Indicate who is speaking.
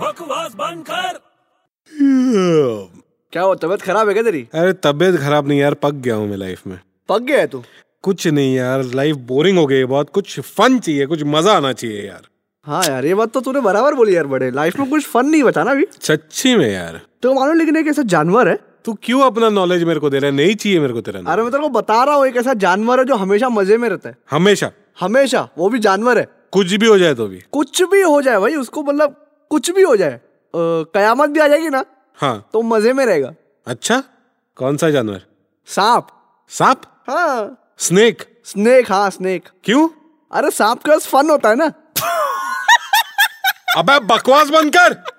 Speaker 1: बकवास बंद कर
Speaker 2: क्या हुआ तबीयत खराब है क्या तेरी
Speaker 3: अरे तबीयत खराब नहीं यार पक गया हूँ मैं लाइफ में
Speaker 2: पक गया है तू
Speaker 3: कुछ नहीं यार लाइफ बोरिंग हो गई है बहुत कुछ फन चाहिए कुछ मजा आना चाहिए यार
Speaker 2: हाँ यार ये बात तो तूने बराबर बोली यार बड़े लाइफ में कुछ फन नहीं बचा ना अभी
Speaker 3: सच्ची में यार
Speaker 2: तो मानो लेकिन एक ऐसा जानवर है
Speaker 3: तू क्यों अपना नॉलेज मेरे को दे रहा है नहीं चाहिए मेरे को तेरा
Speaker 2: अरे
Speaker 3: knowledge।
Speaker 2: मैं तेरे को बता रहा हूँ एक ऐसा जानवर है जो हमेशा मजे में रहता है
Speaker 3: हमेशा
Speaker 2: हमेशा वो भी जानवर है
Speaker 3: कुछ भी हो जाए तो भी
Speaker 2: कुछ भी हो जाए भाई उसको मतलब कुछ भी हो जाए अ, कयामत भी आ जाएगी ना
Speaker 3: हाँ
Speaker 2: तो मजे में रहेगा
Speaker 3: अच्छा कौन सा जानवर
Speaker 2: सांप
Speaker 3: सांप
Speaker 2: हाँ
Speaker 3: स्नेक
Speaker 2: स्नेक हाँ स्नेक
Speaker 3: क्यों
Speaker 2: अरे सांप का फन होता है ना
Speaker 3: अबे बकवास बंद कर